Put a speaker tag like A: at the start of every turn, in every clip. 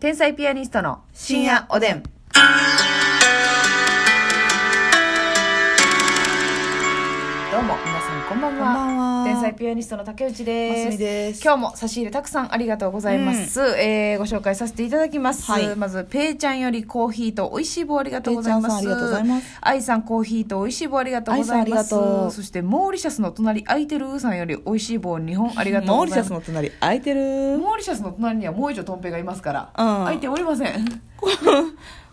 A: 天才ピアニストの深夜おでん。どうも、皆さんこんばんは。
B: こんばんは
A: 天才ピアニストの竹内です。
B: ますみです
A: 今日も差し入れたくさんありがとうございます。えーご紹介させていただきます。
B: はい
A: まず、ペイちゃんよりコーヒーと美味しい棒ありがとうございます。
B: ペイちゃんさんありがとうございます。
A: 愛さんコーヒーと美味しい棒ありがとうございます。
B: 愛さんありがとう
A: そして、モーリシャスの隣空いてるーさんより美味しい棒2本ありがとう
B: モ
A: ご
B: ーリ
A: ざ
B: シ
A: い
B: ャ
A: ま
B: ス
A: す。
B: の隣空いてる
A: モーリシャスの隣にはもう一丁トンペがいますから、
B: うん
A: 空いておりません。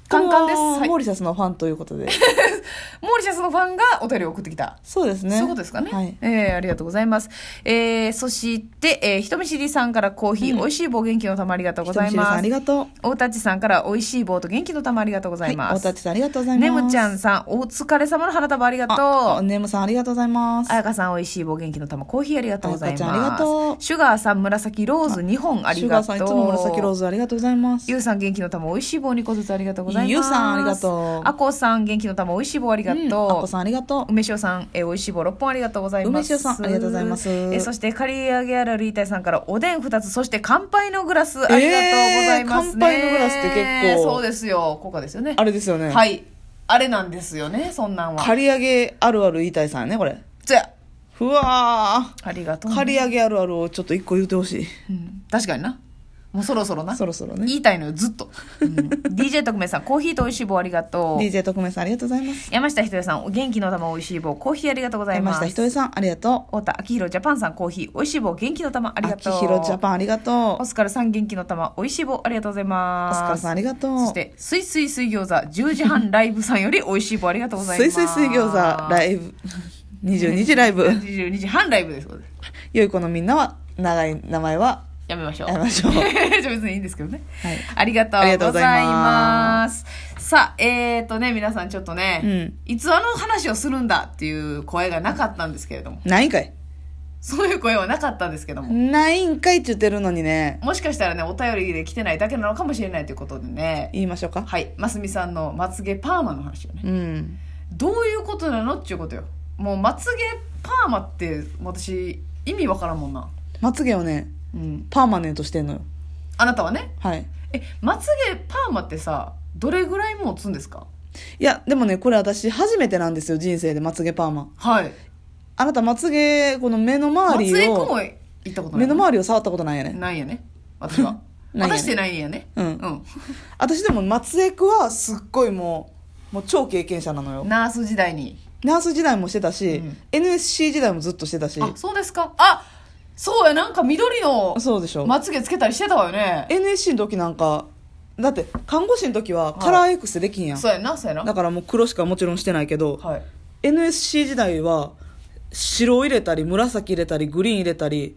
A: カンカンです。
B: この
A: はい
B: モーリシャスのファンということで
A: モーリシャスのファンがお便りを送ってきた。
B: そうですね
A: そういうことですかね。
B: はい
A: えーありがとうございます。えーそして、えー人見知りさんからコーヒー、美味しい棒元気の玉ありがとうご
B: 人
A: ざい
B: 見知りさん
A: ま
B: あり
A: す。
B: がとう
A: 大立さんから美味しい棒と元気の玉ありがとうござい
B: は
A: ま
B: い
A: す。
B: 大立さんありがとうございます
A: ねむちゃんさん、お疲れ様の花束ありが
B: あ
A: とう。
B: ねむさんありがとうございます
A: あやかさん、美味しい棒元気の玉、コーヒーありがとうございます。
B: あやかちゃんありがとう
A: シュガーさん、紫ローズ2本あ
B: シ
A: り
B: ュガ
A: が
B: ー
A: と
B: さ
A: う。
B: んいつも紫ローズありがとうございます
A: ゆうさん元気の玉美味しい棒2個ずつありがとうございます。
B: ゆうさんありがとう
A: あこさん元気の玉美味しい棒ありがとう。
B: うんあっこさんありがとう
A: 梅塩さん、えー、美味しい棒6本ありがとうございます。
B: 梅塩さんありがとうございます
A: えーそして、刈り上げあるリータイさんから、おでん2つ、そして、乾杯のグラス、ありがとうございます、ね
B: えー乾杯のグラスって結構
A: そうですよ。効果ですよね。
B: あれですよね
A: はい。あれなんですよね、そんなんは。
B: 刈り上げあるある言いたいさんやねこれ
A: じゃ
B: ふわ
A: ありがとう
B: ー
A: ね、
B: 刈り上げあるあるをちょっと一個言ってほしい
A: うん確かにな。もうそろそろな。
B: そろそろね
A: 言いたいのよ、ずっと。うん DJ 特命さん、コーヒーと美味しい棒ありがとう。
B: DJ 特命さんありがとうございます
A: 山下ひとえさん、お元気の玉美味しい棒、コーヒーありがとうございま
B: 山
A: す。
B: 下ひとえさんありがとう
A: 太田明宏ジャパンさん、コーヒー、美味しい棒、元気の玉ありがとう。
B: 秋広ジャパンありがと
A: オスカルさん、元気の玉、美味しい棒、ありがとうございう
B: オ
A: ます。
B: スカルさんありがとう
A: そして、すいすい水餃子、10時半ライブさんより美味しい棒、ありがとうございますす。
B: いすい水餃子ライブ22時ライ ブ
A: 22時半ライブです。
B: 良い子のみんなは長い名前は
A: やめましょう。
B: やめましょ う
A: じゃあ別にいいんですけどね。
B: はい
A: ありがとう
B: ありがとう
A: ご
B: ござ
A: ざい
B: い
A: ま。
B: ます
A: さあ、えっ、とね、皆さんちょっとね、
B: うん
A: いつあの話をするんだっていう声がなかったんですけれども、
B: ないんかい
A: そういう声はなかったんですけども、
B: ないんかいって言ってるのにね
A: もしかしたらね、お便りで来てないだけなのかもしれないということでね、
B: 言いましょうか
A: はい、ますみさんのまつげパーマの話よね。
B: うん
A: どういうことなのっていうことよ。もうまつげパーマって私、意味わからんもんな。
B: まつげをね
A: うん。
B: パーマネントしてんのよ
A: あなたはね、
B: はい
A: え、まつげパーマってさ、どれぐらい持つんですか
B: いやでもねこれ私初めてなんですよ人生でまつげパーマ
A: はい。
B: あなたまつげこの目の
A: まつ
B: 周
A: げ
B: り
A: くも
B: を
A: 行ったことな
B: 目
A: い。
B: の周りを触ったことないよね
A: ないよね。私は。
B: ないよね
A: 私ってないんやね。
B: うん私でもまつげくはすっごいもうもう超経験者なの
A: う
B: よ
A: ん。ナース時代に。
B: ナース時代もしてたし、
A: うん
B: NSC 時代もずっとしてたし
A: あ、そうですか。あ、そうや、なんか緑の
B: そうでしょ
A: まつげつけたりしてたわよね。
B: NSC の時なんかだって看護師の時はカラー X できんやん、
A: そうやんな、そうやな
B: だ。からもう黒しかもちろんしてないけど、
A: はい。
B: NSC 時代は白入れたり紫入れたりグリーン入れたり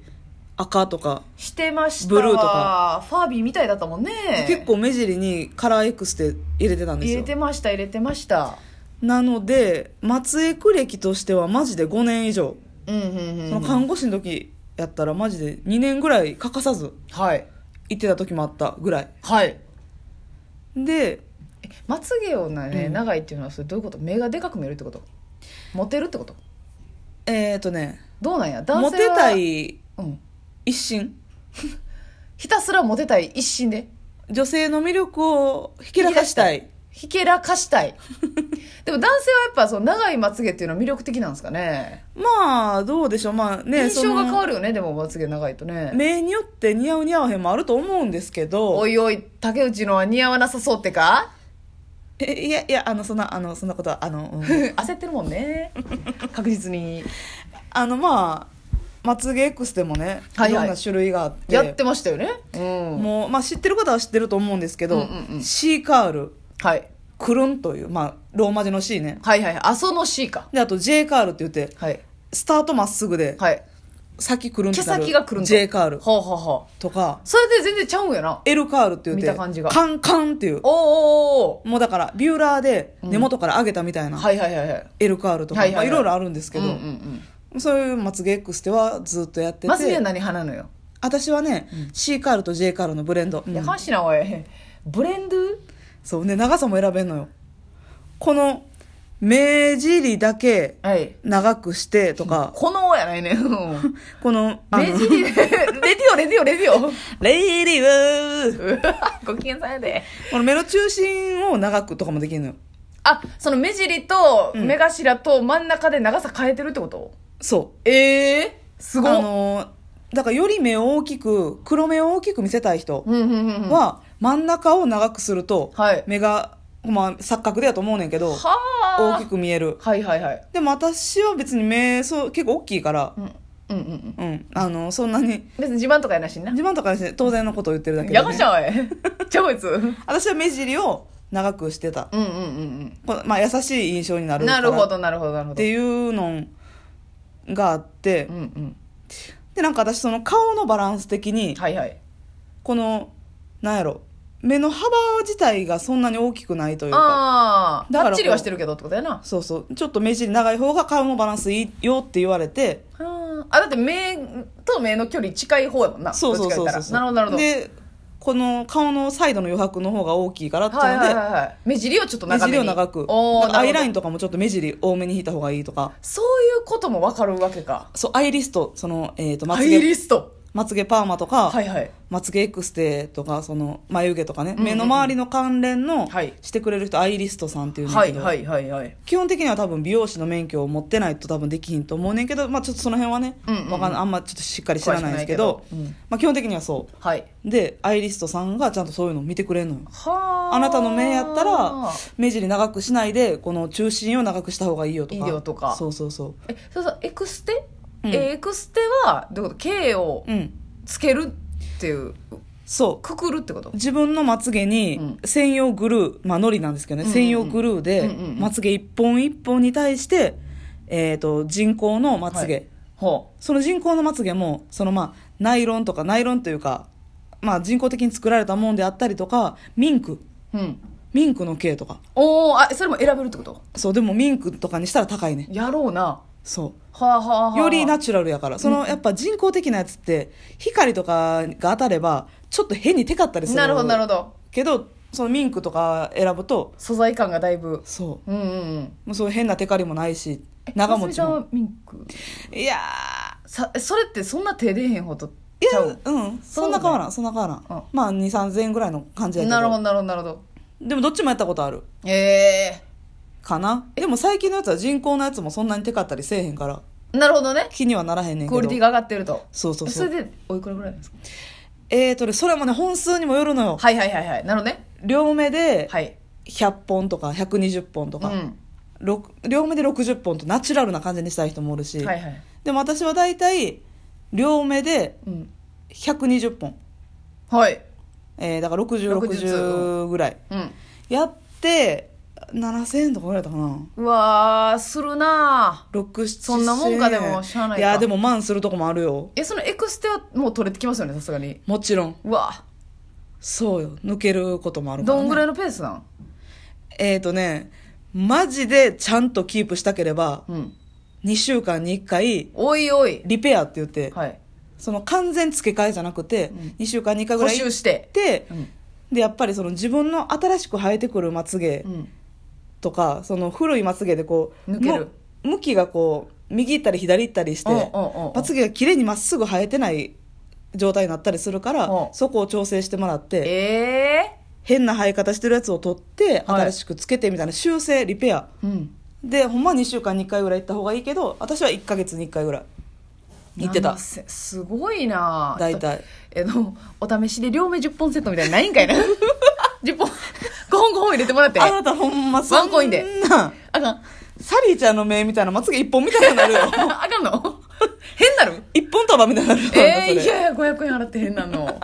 B: 赤とか、
A: してましたわ。
B: ブルーとか
A: ファービーみたいだったもんね。
B: 結構目尻にカラー X って入れてたんです
A: 入
B: よ
A: れてました、入れてました。
B: なので松江区歴としてはマジで5年以上、
A: うんうんうん。
B: その看護師の時やったらマジで2年ぐらい欠かさず
A: はい。
B: 行ってた時もあったぐらい
A: はい。
B: で
A: えまつげをね、
B: うん
A: 長いっていうのはそれどういうこと目がでかく見えるってことモテるってこと
B: えっ、ー、とね
A: どうなんや男性は
B: モテた、い
A: うん、
B: 一心
A: ひたすらモテたい一心で
B: 女性の魅力をひけらかしたい
A: ひけらかした いでも男性はやっぱその長いまつげっていうのは魅力的なんですかね
B: まあどうでしょうまあね
A: 印象が変わ
B: る
A: るよねでもまつげ長いとね
B: 目によって似合う似合わへんもあると思うんですけど
A: おいおい竹内のは似合わなさそうってか
B: えいやいやあのそんなあのそんなことはあの、うん
A: 焦ってるもんね確実に
B: あのまあまつげ X でもね、
A: はいはい
B: いろんな種類があって
A: やってましたよねうん
B: もう、まあ、知ってる方は知ってると思うんですけど、
A: うんうんうん
B: シーカール
A: はい
B: クルンという、まあ、ローマ字の C ね
A: はいはいあその C か
B: であと J カールって言って
A: はい
B: スタートまっすぐで、
A: はい
B: 先クルンと
A: 毛
B: なる
A: 先がくるんだ
B: J カール
A: はあ、はあはあ、
B: とか
A: それで全然ちゃうんやな
B: L カールって言って
A: 見た感じが
B: カンカンっていう
A: おーおーお
B: もうだからビューラーで根元から上げたみたい
A: ー
B: な、
A: はいはいはいはい
B: エルカールとか、
A: はいはいはい
B: まあ、いろいろあるんですけど、
A: うんうんうん
B: そういうまつげ X ではずっとやってて
A: まつげは何派なのよ、
B: 私はね、C カールと J カールのブレンド、
A: いやかんしなおいブレンド
B: そうね長さも選べんのよこの目尻だけ
A: はい
B: 長くしてとか、
A: このやないねんうん
B: この、あの
A: レジリレディオレディオレ ディ
B: レイリーウー
A: オご機嫌さんやで
B: この目の中心を長くとかもできるのよ。
A: あその目尻と
B: うん
A: 目頭と真ん中で長さ変えてるってこと、
B: そ
A: ええす
B: う。
A: ご
B: あ
A: っ
B: のー、だからより目を大きく、黒目を大きく見せたい人
A: うんうんうんうんは
B: は、真ん中を長くすると、
A: はい
B: 目が、まあ、錯覚でやと思うねんけど、
A: あ
B: 大きく見える。
A: はいはいはい
B: でも私は別に目、そう、結構大きいから
A: う、んうんうんうん
B: うん、あの、そんなに、
A: 別に自慢とかやなしにな
B: 自慢とかですね、当然のことを言ってるだけで、ね。
A: やがしゃおい じゃあこいつうん
B: 私は目尻を長くしてた。
A: うんうん
B: このまあ、優しい印象にな
A: うん
B: るから。
A: なるほどなるほどなるほ
B: っ
A: ど
B: ていうのがあって、
A: うんうん
B: でなんか私その顔のバランス的に
A: はいはい
B: このなんやろ目の幅自体がそんなに大きくないというか
A: ああ
B: だからこう
A: ばっちりはしてるけどってことやな
B: そうそうちょっと目尻長い方が顔のバランスいいよって言われて
A: あーあだって目と目の距離近い方やもんな
B: そうそうそう
A: ど
B: そ
A: っちか言
B: う
A: ったらなるほどなるほど
B: でこの顔のサイドの余白の方が大きいからって
A: はい
B: いうの
A: はい
B: で、
A: はいはい目尻をちょっと
B: 目
A: 長め
B: 尻
A: に
B: を長く
A: おー
B: だからアイライ
A: ン
B: ンとかもちょっと目尻多めに引いた方がいいとか
A: そういうことも分かるわけか
B: そうアイリストその、えー、とま
A: ハ
B: つ
A: イ
B: げ
A: リスト
B: まつげパーマとか、
A: はいはい
B: まつげエクステとかその眉毛とか
A: ん
B: ね、
A: うんうん
B: 目の周りの関連の
A: はい
B: してくれる人、アイリストさんっていうんだ
A: は
B: け
A: い
B: ど、
A: はいはいはい
B: 基本的には多分美容師の免許を持ってないと多分できひんと思うねんけど、まあ、ちょっとその辺はね、
A: うんうんうん
B: わかんあんまちょっとしっかり知らないんですけど
A: 詳しくないけどうん
B: まあ、基本的にはそ
A: はいう
B: でアイリストさんがちゃんとそういうのを見てくれるのよ
A: はー
B: あなたの目やったら目尻長くしないでこの中心を長くした方がいいよと
A: い
B: か
A: いよとか
B: そうそうそ
A: えそうそうエクステ、
B: うん
A: えエクステはどういうこと K を
B: ううん
A: つけるっていう
B: そう
A: くくるってこと
B: 自分のまつげ
A: う
B: に
A: ん
B: 専用グルー、まあのりなんですけどね、
A: うんうんうん
B: 専用グルーで
A: うんうんうん
B: まつげ一本一本に対して、えー、と人工のまつげ、
A: はいほ
B: その人工のまつげもそのまあナイロンとかナイロンというか、まあ、人工的に作られたもんであったりとかミンク
A: ううん
B: ミンクの毛とか
A: おおあそれも選べるってこと
B: そうでもミンクとかにしたら高いね
A: やろうな
B: そ
A: はあはあは
B: う
A: あ
B: よりナチュラルやからそのやっぱ人工的なやつって光とかが当たればちょっと変にテカったりする
A: なるほどなるほど
B: けどそのミンクとか選ぶと
A: 素材感がだいぶ
B: そう
A: うんうんうん
B: もうそういう変なテカリもないし長持ち
A: かすみ
B: も
A: さんはミンク
B: いや
A: さそれってそんな手出えへんほど
B: ーい
A: ちゃ
B: や
A: う
B: うんそんな変わらんそんな変わらん、
A: うん
B: まあ2 3千円ぐらいの感じやけど
A: なるほどなるほどなるほど
B: でもどっちもやったことある
A: え
B: かなでも最近のやつは人工のやつもそんなにテカったりせえへんから
A: えなるほどね
B: 気にはならへんねんけど
A: クオリティが上がってると
B: そうそうそ
A: そうれでおいくらぐらいなんですか
B: えーとねそれもね本数にもよるのよ
A: はいはいはいはいなるほどね
B: 両目で
A: はい
B: 100本とか120本と
A: う
B: か、
A: ん
B: 六両目で60本とナチュラルな感じにしたい人もおるし、
A: はいはい
B: でも私は大体両目で
A: うん
B: 120本
A: はい
B: えーだから6060ぐらい
A: うん
B: やって7000円とかぐらいだったかな
A: うわーするな
B: 6 7
A: そんなもんかでもしゃあないか
B: いやでも万するとこもあるよ
A: ーえそのエクステはもう取れてきますよねさすがに
B: もちろん
A: うわ
B: そうよ抜けることもあるから、
A: ど
B: ね、
A: んぐら
B: い
A: いのペースなん
B: えっ、ー、とねマジでちゃんとキープしたければ
A: うん
B: 2週間に1回
A: おいおい
B: リペアって言って、
A: はい
B: その完全付け替えじゃなくて、
A: うん
B: 2週間に1回ぐ
A: 補
B: らい行
A: 修
B: っ
A: して
B: て
A: うん
B: でやっぱりその自分の新しく生えてくるまつげ
A: うん
B: とか、その古いまつげでこう
A: 抜ける
B: む向きがこう右行ったり左行ったりして
A: おうおうおうおう
B: まつげが綺麗にまっすぐ生えてない状態になったりするから
A: おう
B: そこを調整してもらって
A: え
B: 変な生え方してるやつを取って
A: はい
B: 新しくつけてみたいな修正リペア
A: えうん
B: でほんま2週間に1回ぐらい行った方がいいけど私は1ヶ月に1回ぐらい行ってた
A: 7000すごいな
B: 大体
A: えのお試しで両目10本セットみたいなのないんかい な10本5本5本入れてもらって
B: あ
A: あ
B: なたほんまそんな
A: ワンコインでかん
B: サリーちゃんの目みたいなまつげ1本みたいにな るよ
A: あかんの変なる
B: 一本束みたいになるよ
A: えー、い
B: それ
A: やいや500円払って変な の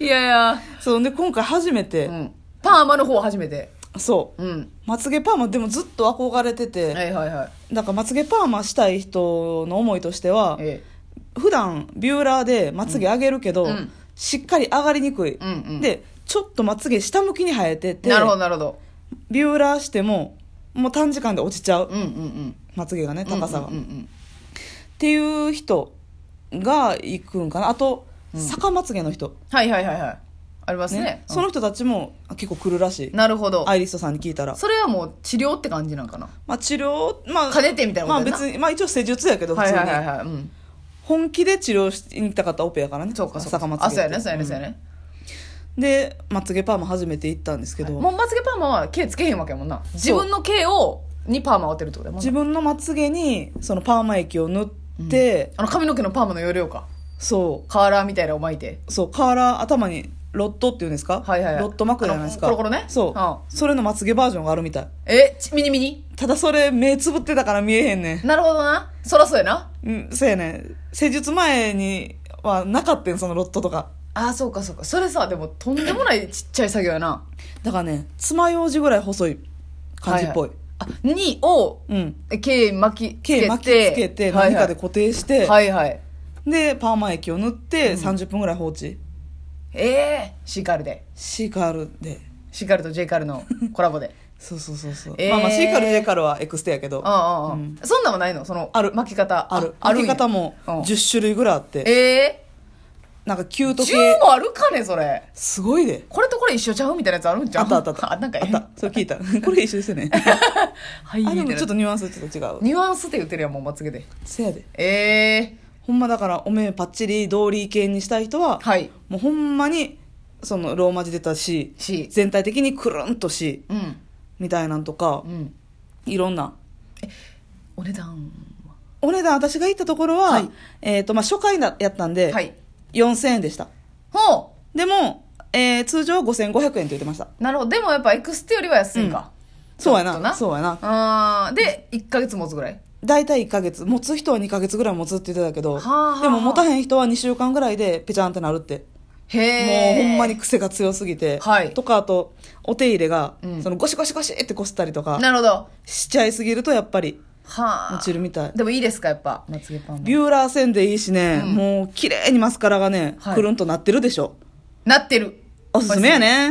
A: いやいや、
B: そうで今回初めて、
A: うん、パーマの方初めて
B: そう
A: うん
B: まつげパーマでもずっと憧れてて、
A: はいはいはい
B: なんかまつげパーマしたい人の思いとしては
A: え
B: 普段ビューラーでまつげ上げるけど、
A: うんうん
B: しっかり上がりにくい、
A: うんうん
B: でちょっとまつげ下向きに生えて
A: え
B: て
A: なるほどなるほど
B: ビューラーしてももう短時間で落ちちゃう、
A: うんうんうん
B: まつげがね高さが、
A: うんうんうん
B: っていう人が行くんかなあと、逆まつげの人
A: はいはいはいはいありますねうん
B: その人たちもあ結構来るらしい
A: なるほど
B: アイリストさんに聞いたら、
A: それはもう治療って感じなんかな
B: まあ、治療まあ
A: 兼ねてみたいな
B: ま
A: こ
B: あ
A: とやな
B: 別にまあ一応施術やけど普
A: は
B: 通
A: い
B: に、
A: はいはいはいうん
B: 本気で治療しに行った方はオペやからね
A: そうかそうか
B: 坂松家
A: あ
B: って
A: そうやねそうやねそうや
B: ん
A: ね、
B: でまつげパーマ初めて行ったんですけど、
A: もうまつげパーマは毛つけへんわけやもんな自分の毛をにパーマ当てるってことやもんな
B: 自分のまつげにそのパーマ液を塗って、
A: あの髪の毛のパーマの容量か
B: そ
A: カーラーみたいなのを巻いて
B: うそうカーラー頭にロットっていうんですか、
A: はいはいはい
B: ロット巻くじゃないですか
A: あのコロコロね
B: そう、
A: う
B: それのまつげバージョンがあるみたい
A: えちミニミニ
B: ただそれ目つぶってたから見えへんねん
A: なるほどなそらそうやな
B: うん、そうやね。施術前にはなかったん、そのロットとか。
A: あーそうかそうかそれさでもとんでもないちっちゃい作業やな
B: だからね、爪楊枝ぐらい細い感じっぽい。
A: あにを
B: うん。
A: 毛巻きつけて
B: 毛巻きつけて、何かで固定し
A: は
B: て、
A: いはい、はいはい、
B: で、パーマ液を塗って、
A: うん
B: 30分ぐらい放置。
A: ええー、シーカールで
B: シーカールで。
A: シーカールとジェイカールのコラボ で
B: そうそうそうそう。
A: えー
B: まあまあ、シーカール、ジェイカールはエクステやけど、
A: ああああ、
B: うん
A: そんなんはないのその
B: ある
A: 巻き方
B: ある。
A: あ
B: あ
A: る
B: る
A: んや
B: 方も
A: うん
B: 10種類ぐらいあって、
A: え
B: なんかキュー
A: え
B: ト
A: ー、
B: 系
A: 10。もあるかねそれ
B: すごいで。
A: これとこれ一緒ちゃうみたいなやつあるんちゃ
B: あ
A: う
B: ったあったあった。
A: なんか
B: あった。それ聞いた。これ一緒ですよね。
A: はい
B: あ、でも
A: みたい
B: ちょ
A: な
B: っとニュアンスちょっと違う。
A: ニュアンスって言ってるやんもうまつげで
B: せやで。
A: ええ
B: ほんまだからお目パッチリドーリー系にしたい人は、
A: はい
B: もうほんまにそのローマ字出たし
A: C
B: 全体的にくるんとし
A: うん
B: みたいなんとか
A: うん
B: いろんな
A: お値段は
B: お値段私が行ったところは、
A: はい
B: えーとまあ、初回だやったんで、
A: はい
B: 4000円でした
A: ほ
B: でも、えー通常は5500円って言ってました
A: うなるほどでもやっぱエクステよりは安いか、
B: そうや
A: ちょ
B: な
A: っとな
B: そうやな
A: あーで1か月持つぐらい
B: 大体1ヶ月持つ人は2ヶ月ぐらい持つって言ってたけど、
A: はあはあ
B: でも持たへん人は2週間ぐらいでペチャンってなるって
A: へ
B: も
A: え
B: うほんまに癖が強すぎて、
A: はい
B: とかあとお手入れが、
A: うん
B: そのゴシゴシゴシってこすったりとか
A: なるほど
B: しちゃいすぎるとやっぱり
A: はあ
B: 落ちるみたい
A: でもいいですかやっぱまつげパン
B: ビ
A: も
B: ューラー線でいいしね、
A: うん
B: もう綺麗にマスカラがね、
A: はい
B: くるんとなってるでしょ
A: なってる
B: おすすめやね